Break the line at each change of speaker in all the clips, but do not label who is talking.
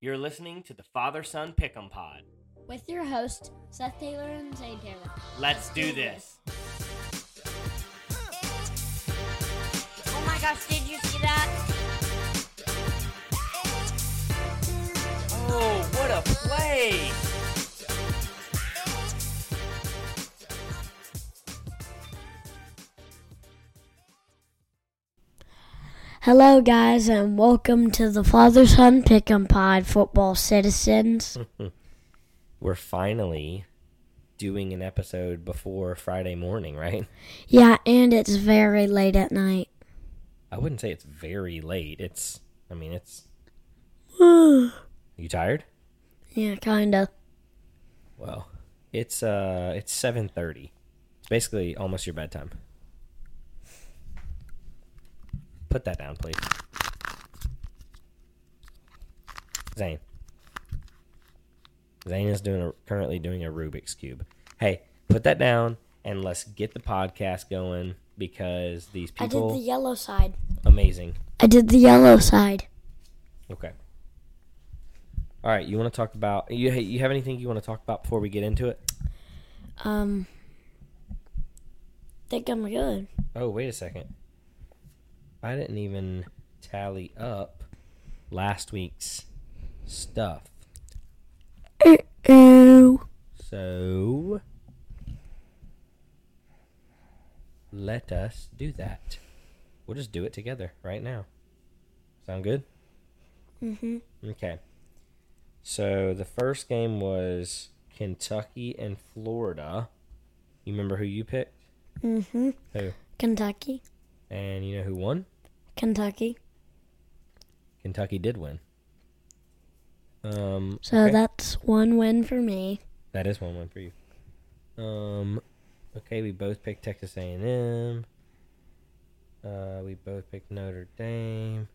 You're listening to the Father Son Pick'em Pod.
with your host Seth Taylor and Zane Taylor.
Let's do this.
Oh my gosh, did you see that?
Oh, what a play!
Hello, guys, and welcome to the Father Son Pick'em Pod Football Citizens.
Mm-hmm. We're finally doing an episode before Friday morning, right?
yeah, and it's very late at night.
I wouldn't say it's very late. It's, I mean, it's. you tired?
Yeah, kinda.
Well, it's uh, it's seven thirty. It's basically almost your bedtime. Put that down, please. Zane. Zane is doing a, currently doing a Rubik's cube. Hey, put that down and let's get the podcast going because these
I did
people
the yellow side.
amazing.
I did the yellow side.
Okay. All right, you want to talk about you? You have anything you want to talk about before we get into it?
Um, think I'm good.
Oh, wait a second. I didn't even tally up last week's stuff.
Ooh.
So let us do that. We'll just do it together right now. Sound good?
Mhm.
Okay. So the first game was Kentucky and Florida. You remember who you picked?
Mhm.
Who?
Kentucky.
And you know who won?
Kentucky.
Kentucky did win. Um,
So
okay.
that's one win for me.
that is one win for you. Um, okay, we both picked Texas A and M. Uh, we both picked Notre Dame.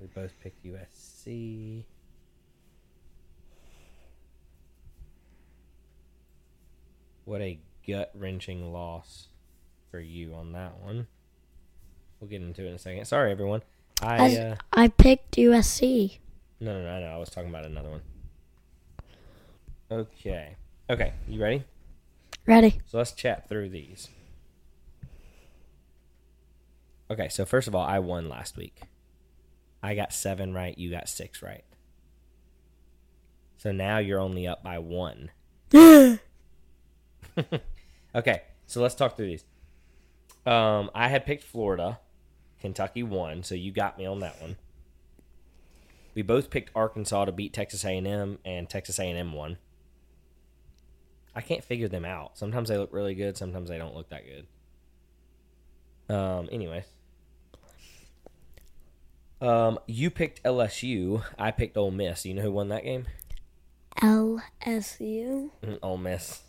We both picked USC. What a gut wrenching loss for you on that one. We'll get into it in a second. Sorry, everyone. I
As-
uh,
I picked USC.
no, no, no, I know. I was talking about another one. Okay. Okay, you ready?
Ready?
So let's chat through these. Okay, so first of all, I won last week. I got seven right, you got six right. So now you're only up by one. Okay, so let's talk through these. Um, I had picked Florida. Kentucky won, so you got me on that one. We both picked Arkansas to beat Texas A&M, and Texas A&M won. I can't figure them out. Sometimes they look really good. Sometimes they don't look that good. Um. Anyways. Um. You picked LSU. I picked Ole Miss. You know who won that game?
LSU.
Mm, Ole Miss.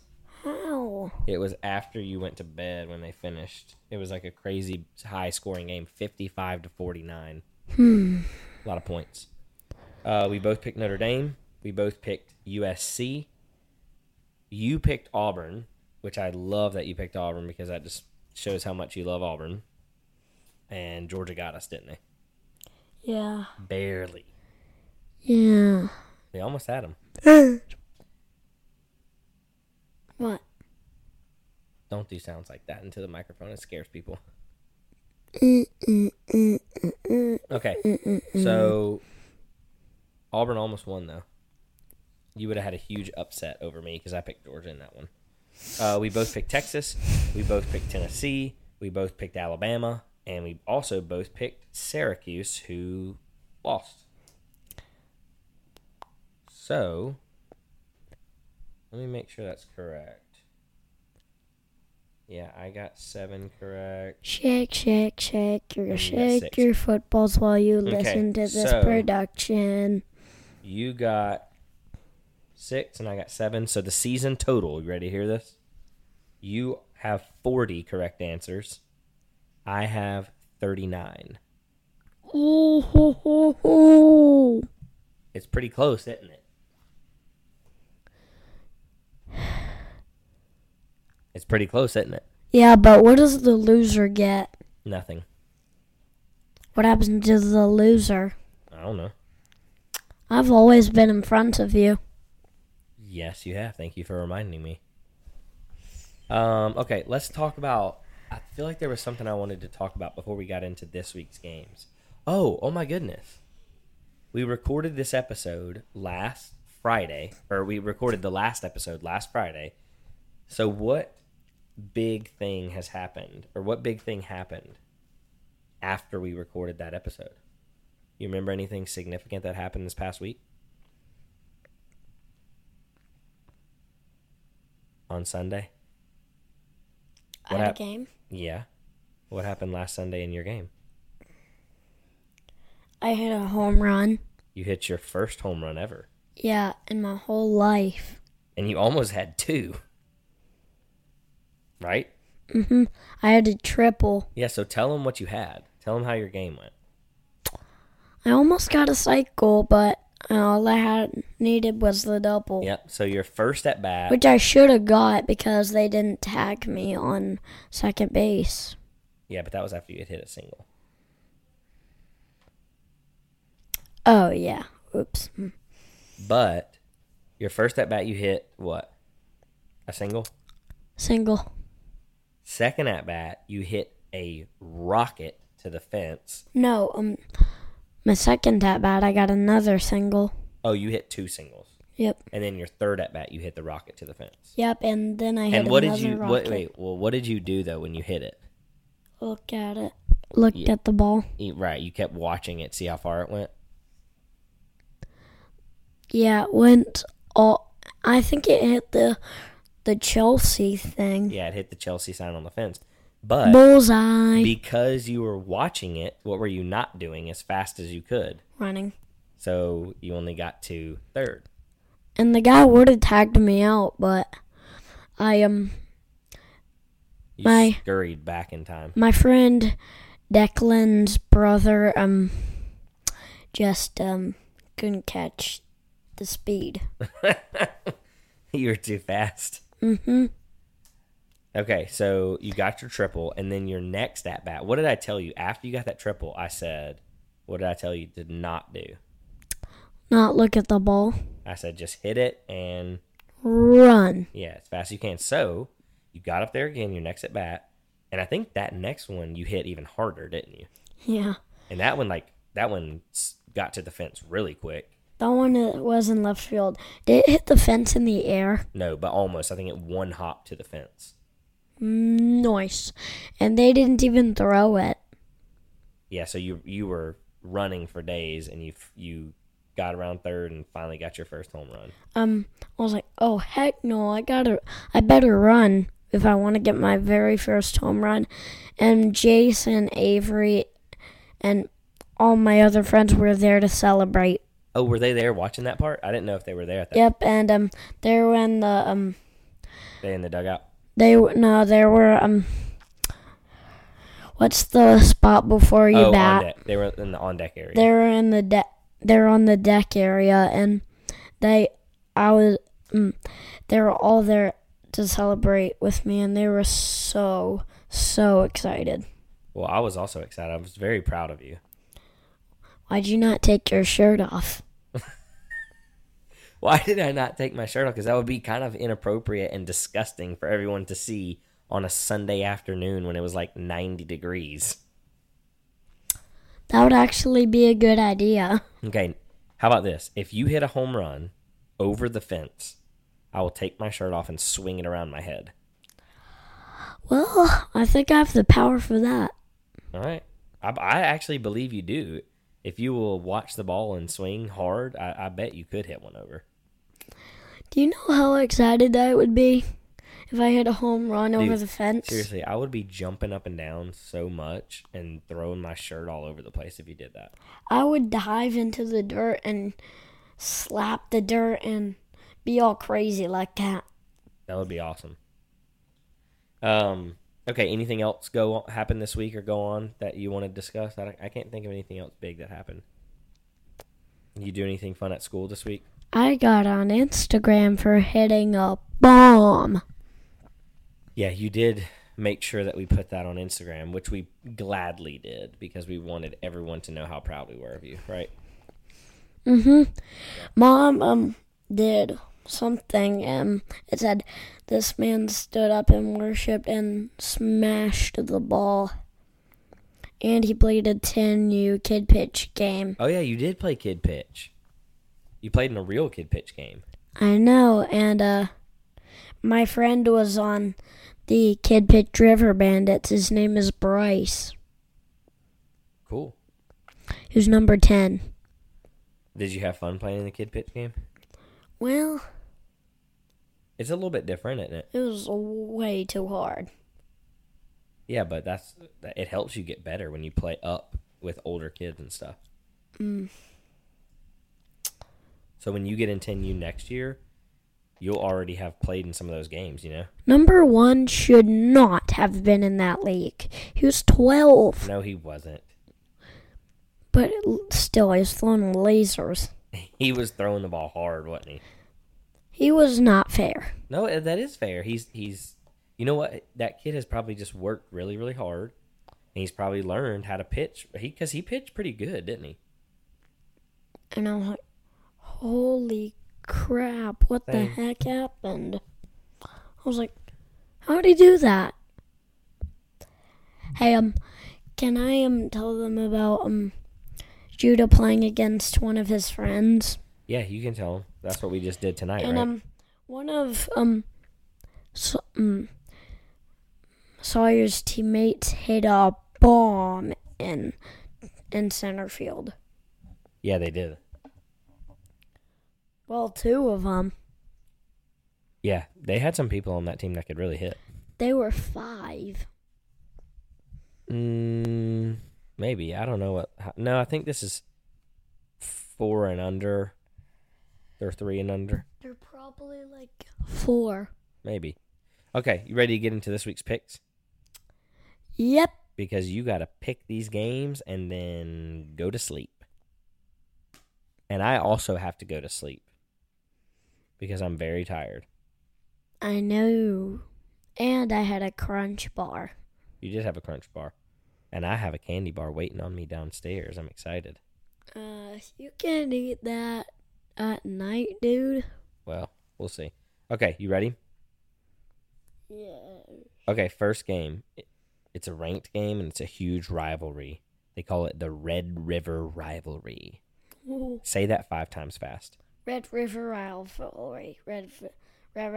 How?
It was after you went to bed when they finished. It was like a crazy high scoring game, 55 to 49. Hmm. A lot of points. Uh, we both picked Notre Dame. We both picked USC. You picked Auburn, which I love that you picked Auburn because that just shows how much you love Auburn. And Georgia got us, didn't they?
Yeah.
Barely.
Yeah.
They almost had them.
What?
Don't do sounds like that into the microphone. It scares people. Okay. So Auburn almost won though. You would have had a huge upset over me because I picked Georgia in that one. Uh, we both picked Texas. We both picked Tennessee. We both picked Alabama, and we also both picked Syracuse, who lost. So let me make sure that's correct. Yeah, I got seven correct.
Shake, shake, shake your
got
shake
six.
your footballs while you listen to this
so-
production.
You got six, and I got seven. So the season total, you ready to hear this? You have 40 correct answers. I have 39.
Oh, ho, ho, ho.
It's pretty close, isn't it? It's pretty close, isn't it?
Yeah, but what does the loser get?
Nothing.
What happens to the loser?
I don't know.
I've always been in front of you.
Yes, you have. Thank you for reminding me. Um, okay, let's talk about. I feel like there was something I wanted to talk about before we got into this week's games. Oh, oh my goodness. We recorded this episode last Friday, or we recorded the last episode last Friday. So, what big thing has happened, or what big thing happened after we recorded that episode? You remember anything significant that happened this past week? on Sunday?
I
What
had a
hap-
game.
Yeah. What happened last Sunday in your game?
I hit a home run.
You hit your first home run ever,
Yeah, in my whole life.
and you almost had two. Right?
I had a triple.
Yeah, so tell them what you had. Tell them how your game went.
I almost got a cycle, but all I had needed was the double,
Yep. So your first at bat,
which I should have got because they didn't tag me on second base.
yeah, but that was after you had hit a single.
Oh yeah, oops. Mm.
But your first at bat, you hit what? A single.
Single.
Second at bat, you hit a rocket to the fence.
No, um, my second at bat, I got another single.
Oh, you hit two singles,
Yep,
and then your third at bat, you hit the rocket to the fence.
yep, and then I hit
And what did
another
you?
rocket.
What, wait, well, what did you do though when you hit it?
Look at it. Looked
Yeah.
at the ball.
You- Right, you kept watching it, see how far it went.
Yeah, it went all. I think it hit the the Chelsea thing.
Yeah, it hit the Chelsea sign on the fence. But
Bullseye.
because you were watching it, what were you not doing as fast as you could?
Running.
So you only got to third.
And the guy would have tagged me out, but I um
You
My-
scurried back in time.
my friend Declan's brother um just um couldn't catch the speed.
you were too fast. Mm-hmm. Okay, so you got your triple, and then your next at bat. What did I tell you after you got that triple? I said, what did I tell you to not do?
Not look at the ball.
I said just hit it and
Run.
Yeah, as fast as you can. So you got up there again, your next at bat, and I think that next one you hit even harder, didn't you?
Yeah.
And that one, like that one, s- got to the fence really quick.
That one uh, was in left field. Did it hit the fence in the air?
No, but almost. I think it one hop to the fence.
Nice. And they didn't even throw it.
Yeah, so you you were running for days, and you f- you got around third, and finally got your first home run.
Um I was like, "Oh heck no. I got to I better run if I want to get my very first home run." And Jason Avery and all my other friends were there to celebrate.
Oh, were they there watching that part? I didn't know if they were there at that.
Yep, and um they were in the um
They in the dugout.
they w- no, there were um what's the spot before you
Oh, on
bat?
deck. They were in the on deck area.
they were in the deck they're on the deck area and they i was mm, they were all there to celebrate with me and they were so so excited
Well, I was also excited. I was very proud of you.
why'd you not take your shirt off
Why did I not take my shirt off? Because that would be kind of inappropriate and disgusting for everyone to see on a Sunday afternoon when it was like 90 degrees.
that would actually be a good idea
Okay, how about this? If you hit a home run over the fence, I will take my shirt off and swing it around my head.
well i think i have the power for that
All right. I, I actually believe you do. If you will watch the ball and swing hard, I, I bet you could hit one over.
do you know how excited i would be if i hit a home run over
Dude,
the fence
Seriously, I would be jumping up and down so much and throwing my shirt all over the place if you did that.
I would dive into the dirt and slap the dirt and be all crazy like that.
That would be awesome. Um. Okay. Anything else go on, happen this week or go on that you want to discuss? I, don't- I can't think of anything else big that happened. You do anything fun at school this week?
I got on Instagram for hitting a bomb.
Yeah, you did make sure that we put that on Instagram, which we gladly did because we wanted everyone to know how proud we were of you, right?
Mhm. Mom um did something and it said this man stood up and worshipped and smashed the ball. And he played a 10 U kid pitch game.
Oh yeah, you did play kid pitch. You played in a real kid pitch game.
I know and uh my friend was on the Kid Pitch River Bandits. His name is Bryce.
Cool.
Who's number 10?
Did you have fun playing in the kid pitch game?
Well,
It's a little bit different, isn't it?
it was way too hard.
Yeah, but that's that- it helps you get better when you play up with older kids and stuff. So when you get in 10U next year, you'll already have played in some of those games, you know?
Number one should not have been in that league. He was 12,
No, he wasn't.
but l- still, he was throwing lasers.
He was throwing the ball hard, wasn't he?
He was not fair.
No, eh, that is fair. He's he's you know what? That kid has probably just worked really really hard, and he's probably learned how to pitch. He because he pitched pretty good, didn't he?
And I'm like, holy crap, what the
Thanks.
heck happened? I was like, how would he do that? Hey, um, can I um tell them about um Judah playing against one of his friends?
Yeah, you can tell him. That's what we just did tonight,
And
right?
um, one of um, so, um, Sawyer's teammates hit a bomb in in center field.
yeah, they did.
Well, two of them.
Yeah, they had some people on that team that could really hit.
They were five.
Mm, maybe I don't know what. how- No, I think this is four and under. They're three and under,
They're probably like four.
maybe. Okay, you ready to get into this week's picks?
Yep.
because you got to pick these games and then go to sleep. And I also have to go to sleep because I'm very tired.
I know. And I had a crunch bar.
You did have a crunch bar, and I have a candy bar waiting on me downstairs. I'm excited.
Uh, you can't eat that at night, dude.
Well, we'll see. Okay, you ready?
Yeah.
Okay, first game. It- It's a ranked game and it's a huge rivalry. They call it the Red River Rivalry.
Ooh.
Say that five times fast.
Red River Rivalry. Red.
That's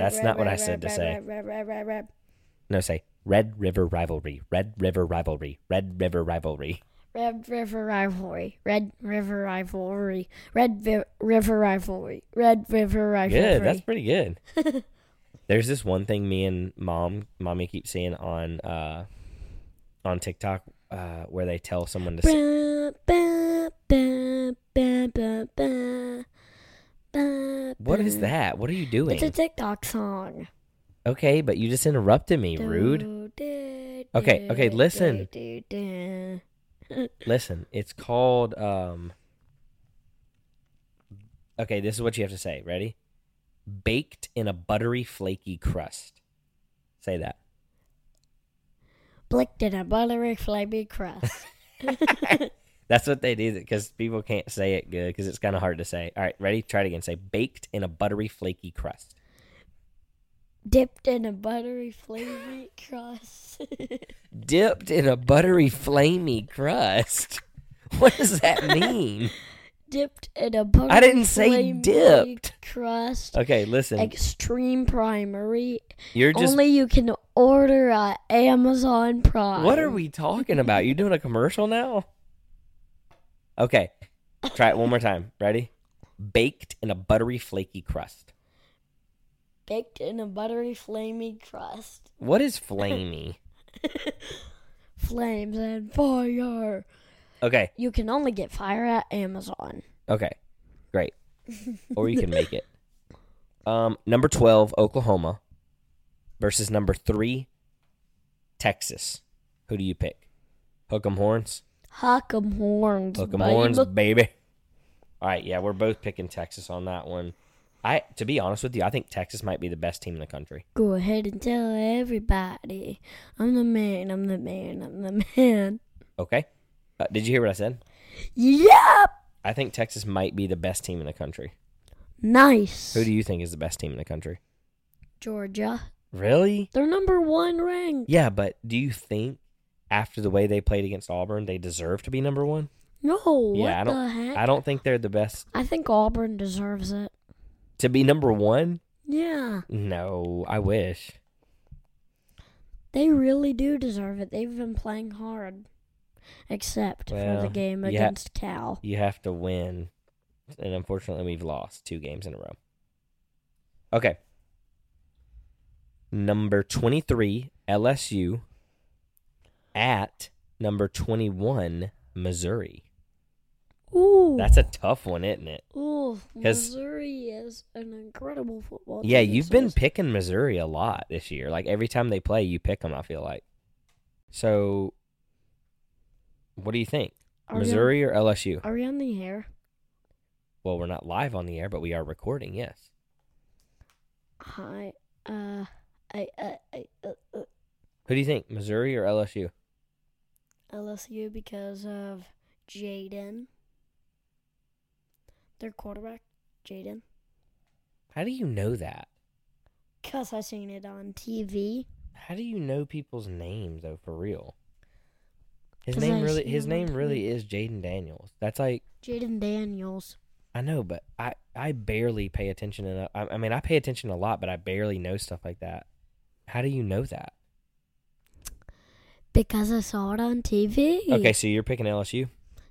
That's
not what I said to say. No, say Red River Rivalry. Red River Rivalry. Red River Rivalry.
Red River Rivalry. Red River Rivalry. Red Vi- River Rivalry. Red River Rivalry.
Good. That's pretty good. There's this one thing me and mom, mommy keep seeing on uh, on TikTok uh, where they tell someone to. Say,
Ba, ba, ba, ba, ba, ba, ba,
what is
ba.
that? What are you
It's a
doing?
TikTok song.
Okay, but you just interrupted me. Rude.
Okay,
Okay, okay, listen.
listen.
Listen, it's called. Um, okay, this is what you have to say. Ready? Baked in a buttery, flaky crust. Say that.
Blicked in a buttery flabby crust.
That's what they do because people can't say it good because it's kind of hard to say. All right, ready? Try it again. Say baked in a buttery, flaky crust.
Dipped in a buttery flabby crust.
Dipped in a buttery, flamey crust. What does that mean?
dipped in a buttery
didn't say
flabby
dipped.
crust.
okay, listen.
Extreme primary.
You're just.
Only you can order at Amazon Prime.
what are we talking about? You doing a commercial now? Okay, try it one more time. Ready? Baked in a buttery, flaky crust.
baked in a buttery flamy crust?
What is flamey?
Flames and fire.
Okay,
You can only get fire at Amazon.
Okay. Great. Or you can make it. Um, number 12, Oklahoma versus number 3, Texas. Who do you pick? Hook 'em horns?
Huck 'em horns.
Hook 'em
babe.
horns, baby. All right, yeah, we're both picking Texas on that one. I to be honest with you, I think Texas might be the best team in the country.
Go ahead and tell everybody. I'm the man, I'm the man, I'm the man.
Okay? Uh, did you hear what I said?
Yep.
I think Texas might be the best team in the country.
Nice.
Who do you think is the best team in the country?
Georgia.
Really?
They're number one ranked.
Yeah, but do you think after the way they played against Auburn, they deserve to be number one?
No. what
yeah, I don't.
the heck?
I don't think they're the best
I think Auburn deserves it.
to be number one.
Yeah,
No, I wish.
they really do deserve it. They've been playing hard, except for
Well,
the game
yeah.
against Cal.
You have to win, and unfortunately, we've lost two games in a row. Okay. Number twenty-three LSU at number twenty-one Missouri.
Ooh,
That's a tough one, isn't it?
ooh.
'cause-
Missouri is an incredible football.
Yeah,
team,
you've
so
been
it's-
picking Missouri a lot this year. Like every time they play, you pick them. I feel like. So, what do you think,
Are we on-
Missouri or LSU?
Are we on the air?
Well, we're not live on the air, but we are recording. Yes.
Hi. Uh, I, I, I uh, uh,
Who do you think, Missouri or LSU?
LSU because of Jaden. Their quarterback, Jaden.
How do you know that?
Cause I seen it on TV.
How do you know people's names though? For real. His
'Cause
name
I
really,
see
his
him on
name really is Jaden Daniels. That's like
Jaden Daniels.
I know, but I I barely pay attention enough. I, I mean, I pay attention a lot, but I barely know stuff like that. How do you know that?
Because I saw it on TV.
Okay, so you're picking LSU.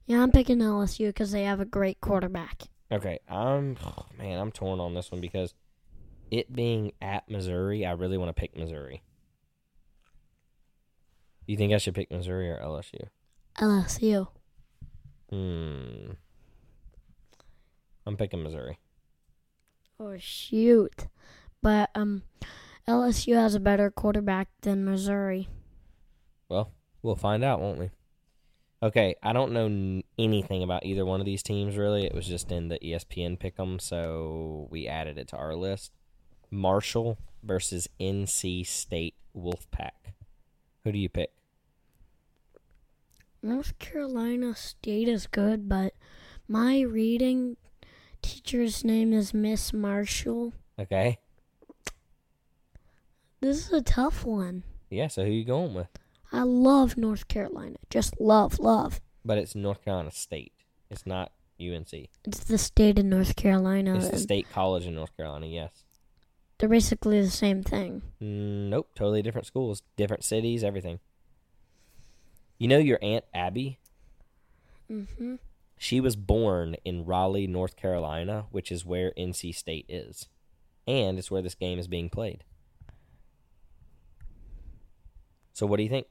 Yeah, I'm picking LSU because they have a great quarterback.
Okay, I'm man, I'm torn on this one because it being at Missouri, I really want to pick Missouri. You think I should pick Missouri or LSU?
LSU.
Hmm. I'm picking Missouri.
Oh shoot. But um LSU has a better quarterback than Missouri.
Well, we'll find out, won't we? Okay, I don't know n- anything about either one of these teams really. It was just in the E ESPN pick 'em, so we added it to our list. Marshall versus NC State Wolfpack. Who do you pick?
North Carolina State is good, but my reading teacher's name is Miss Marshall.
Okay.
This is a tough one.
Yeah, so who you going with?
I love North Carolina. Just love, love.
But it's North Carolina State. It's not UNC.
It's the state of North Carolina.
It's the
and
state college in North Carolina, yes.
They're basically the same thing.
Mm, Nope, totally different schools, different cities, everything. You know your Aunt Abby?
Mm-hmm.
She was born in Raleigh, North Carolina, which is where NC State is. And it's where this game is being played. So what do you think?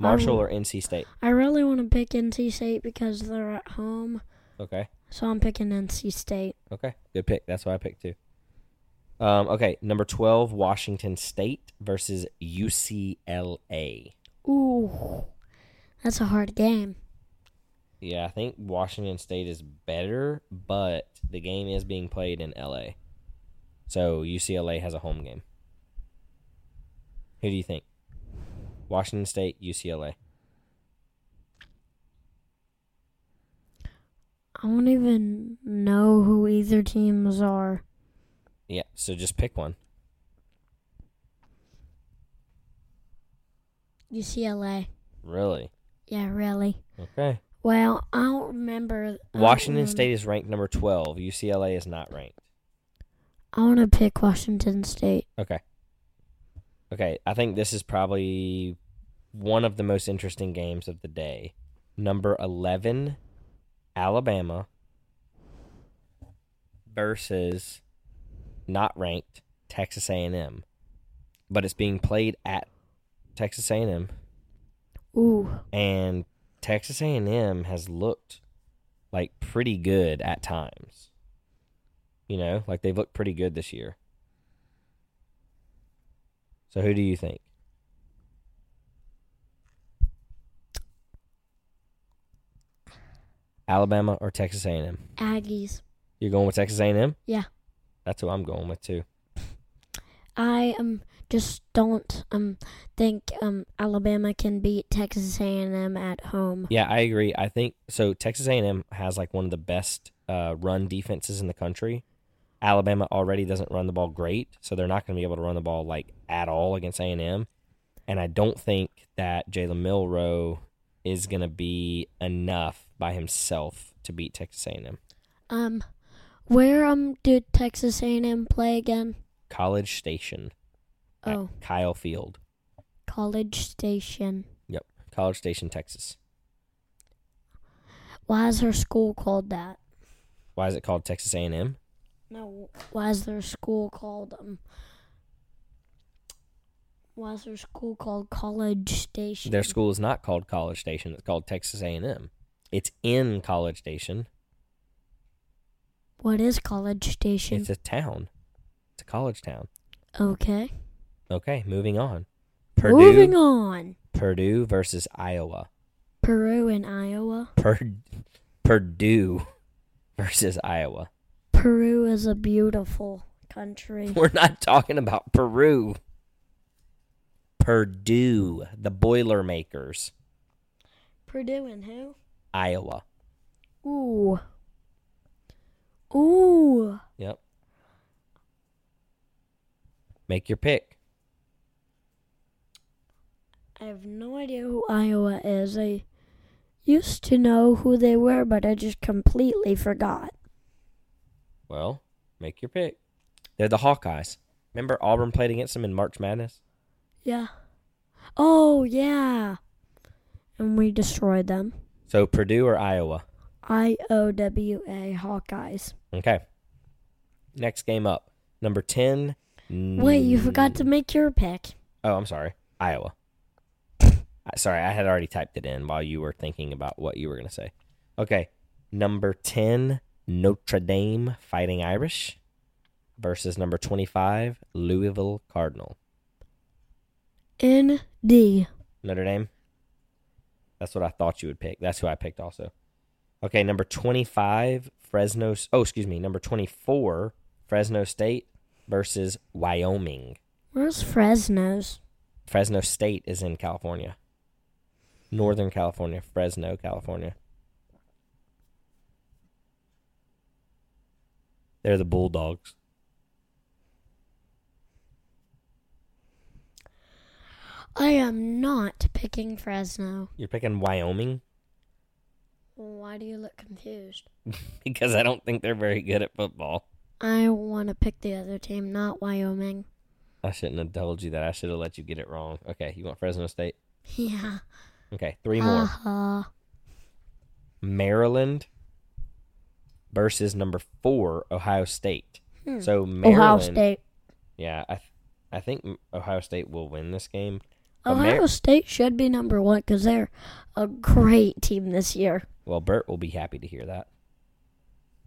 Marshall or NC State?
I really want to pick NC State because they're at home,
Okay.
so I'm picking NC State.
Okay, good pick. That's what I picked too. Um, okay, number twelve, Washington State versus UCLA.
Ooh, that's a hard game.
Yeah, I think Washington State is better, but the game is being played in LA, so UCLA has a home game. Who do you think? Washington State, UCLA.
I won't even know who either teams are.
Yeah, so just pick one.
UCLA.
Really?
Yeah, really.
Okay.
Well, I don't remember. I don't
Washington
remember.
State is ranked number twelve. UCLA is not ranked.
I want to pick Washington State.
Okay. Okay, I think this is probably one of the most interesting games of the day. Number 11 Alabama versus not ranked Texas A&M. But it's being played at Texas A&M
Ooh,
and Texas A&M has looked like pretty good at times. You know, like they've looked pretty good this year. So who do you think? Alabama or Texas A&M?
Aggies.
You're going with Texas A&M?
Yeah.
That's who I'm going with too.
I am just don't um think um Alabama can beat Texas A&M at home.
Yeah, I agree. I think so. Texas A&M has like one of the best uh, run defenses in the country. Alabama already doesn't run the ball great, so they're not going to be able to run the ball like at all against A&M. And I don't think that Jalen Milrow is going to be enough by himself to beat Texas A&M.
Um, where um did Texas A&M play again?
College Station. at
Oh,
Kyle Field.
College Station.
Yep. College Station, Texas.
Why is her school called that?
Why is it called Texas A&M?
No, why is their school called um? Why is their school called College Station?
Their school is not called College Station. It's called Texas A&M. It's in College Station.
What is College Station?
It's a town. It's a college town.
okay.
Okay, moving on. Purdue
Moving on.
Purdue versus Iowa.
Peru and Iowa.
Pur- Purdue versus Iowa.
Peru is a beautiful country.
We're not talking about Peru. Purdue, the Boilermakers,
Purdue and who?
Iowa.
Ooh. Ooh.
Yep. Make your pick.
I have no idea who Iowa is. I used to know who they were, but I just completely forgot.
Well, make your pick. They're the Hawkeyes. Remember Auburn played against them in March Madness?
Yeah. Oh, yeah. And we destroyed them.
So Purdue or Iowa?
I O W A Hawkeyes.
Okay. Next game up. Number 10.
Wait, you forgot
Hmm.
to make your pick.
Oh, I'm sorry. Iowa. I- sorry, I had already typed it in while you were thinking about what you were going to say. Okay. Number 10, Notre Dame Fighting Irish versus number 25, Louisville Cardinal.
N D.
Notre Dame. That's what I thought you would pick. That's who I picked also. Okay, number 25, Fresno. Oh, excuse me. Number 24, Fresno State versus Wyoming.
Where's Fresno's?
Fresno State is in California. Northern California, Fresno, California. They're the Bulldogs.
I am not picking Fresno.
You're picking Wyoming
Why do you look confused?
because I don't think they're very good at football.
I want to pick the other team, not Wyoming.
I shouldn't have told you that. I should have let you get it wrong. Okay, you want Fresno State?
Yeah.
Okay, three more.
Uh-huh.
Maryland versus number four, Ohio State.
Hmm.
So Maryland,
Ohio State.
yeah, I, th- I think Ohio State will win this game. But Mar-
Ohio State should be number one because they're a great team this year.
Well, Bert will be happy to hear that,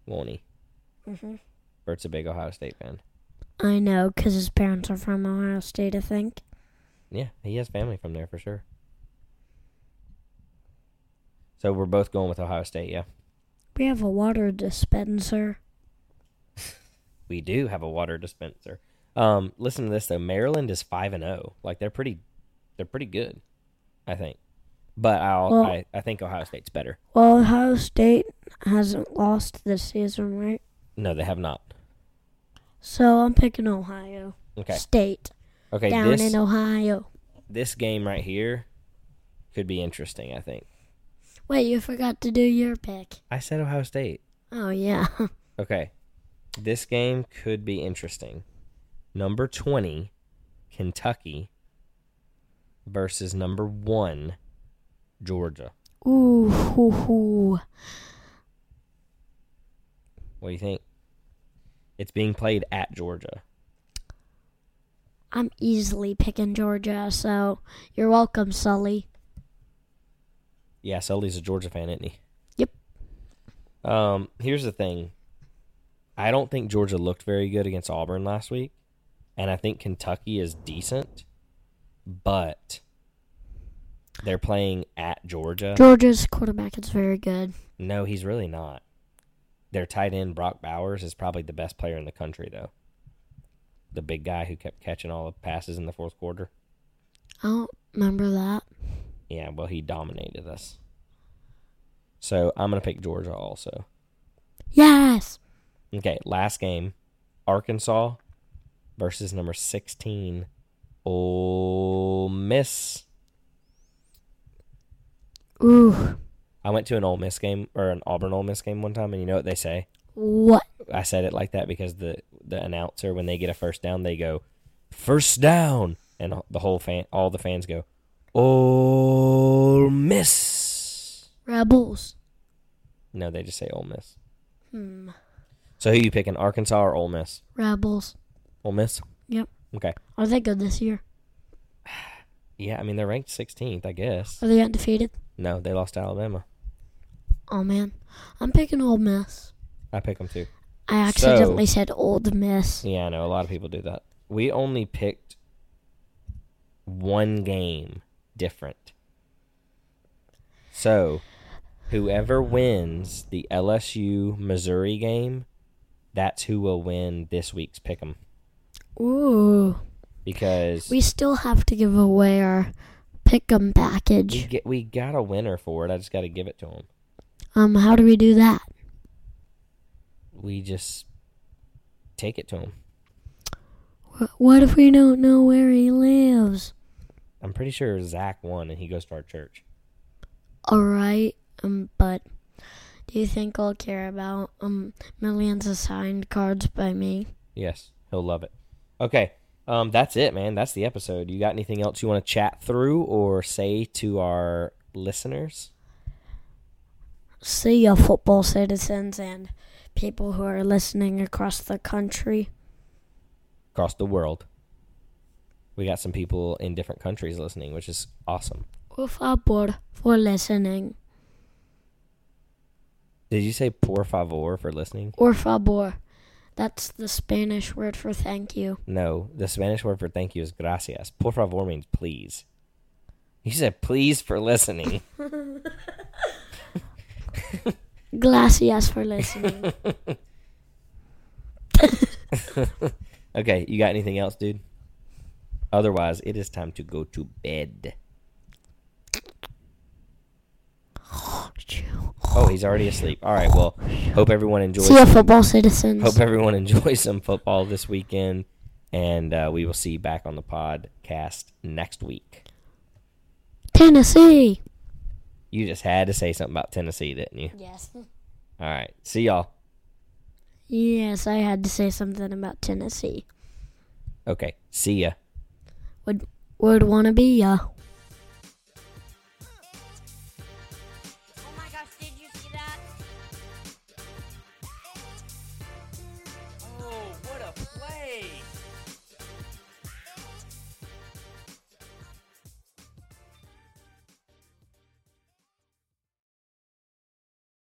won't he? Mm-hmm.
Mhm.
Bert's a big Ohio State fan.
I know because his parents are from Ohio State, I think.
Yeah, he has family from there for sure. So we're both going with Ohio State, yeah.
We have a water dispenser.
We do have a water dispenser. Um, listen to this though. Maryland is five and zero. Like they're pretty, they're pretty good, I think. But I'll,
Well-
I, I think Ohio State's better.
Well, Ohio State hasn't lost this season, right?
No, they have not.
So I'm picking Ohio
Okay,
State
okay.
down
this
in Ohio.
this game right here could be interesting. I think
Wait, you forgot to do your pick.
I said Ohio State.
Oh, yeah.
Okay. This game could be interesting. Number 20, Kentucky versus number 1, Georgia.
Ooh, hoo, hoo.
What do you think? It's being played at Georgia.
I'm easily picking Georgia, so you're welcome, Sully.
Yeah, Sully's a Georgia fan, isn't he?
Yep.
Um, here's the thing. I don't think Georgia looked very good against Auburn last week, and I think Kentucky is decent, but they're playing at Georgia.
Georgia's quarterback is very good.
No, he's really not. Their tight end Brock Bowers is probably the best player in the country, though. the big guy who kept catching all the passes in the fourth quarter.
I don't remember that.
Yeah, well, he dominated us. So I'm going to pick Georgia also.
Yes.
Okay, last game Arkansas versus number 16, Ole Miss.
Ooh.
I went to an Ole Miss game or an Auburn Ole Miss game one time, and you know what they say?
What?
I said it like that because the the announcer when they get a first down they go first down and the whole fan all the fans go Ole Miss.
Rebels.
No, they just say Ole Miss.
Hmm.
So who you picking, Arkansas or Ole Miss?
Rebels.
Ole Miss.
Yep.
Okay.
Are they good this year?
Yeah, I mean they're ranked 16th, I guess.
Are they undefeated?
No, they lost to Alabama.
Oh man, I'm picking Old Miss.
I pick them too.
I accidentally said Old Miss.
Yeah, I know a lot of people do that. We only picked one game different. So, whoever wins the LSU Missouri game, that's who will win this week's pick 'em
Ooh.
because we,
We still have to give away our pick'em package.
get we got a winner for it. I just got to give it to them.
Um, how do we do that?
We just take it to them.
Wh- What if we don't know where he lives?
I'm pretty sure Zach won and he goes to our church.
All right. Um, but do you think I'll care about um millions of signed cards by me?
Yes, he'll love it. Okay, um, that's it, man. That's the episode. You got anything else you want to chat through or say to our listeners?
See ya, football citizens and people who are listening across the country.
Across the world, we got some people in different countries listening, which is awesome.
Por favor, for listening.
Did you say por favor for listening?
Por favor. That's the Spanish word for thank you.
No, the Spanish word for thank you is gracias. Por favor means please. You said please for listening.
Gracias for listening.
okay, you got anything else, dude? Otherwise, it is time to go to bed. Oh, he's already asleep. All right. Well, hope everyone enjoys.
See ya, football citizens.
Hope everyone enjoys some football this weekend, and uh, we will see you back on the podcast next week.
Tennessee.
You just had to say something about Tennessee, didn't you?
Yes.
All right. See y'all.
Yes, I had to say something about Tennessee.
Okay. See ya.
Would would wanna be ya.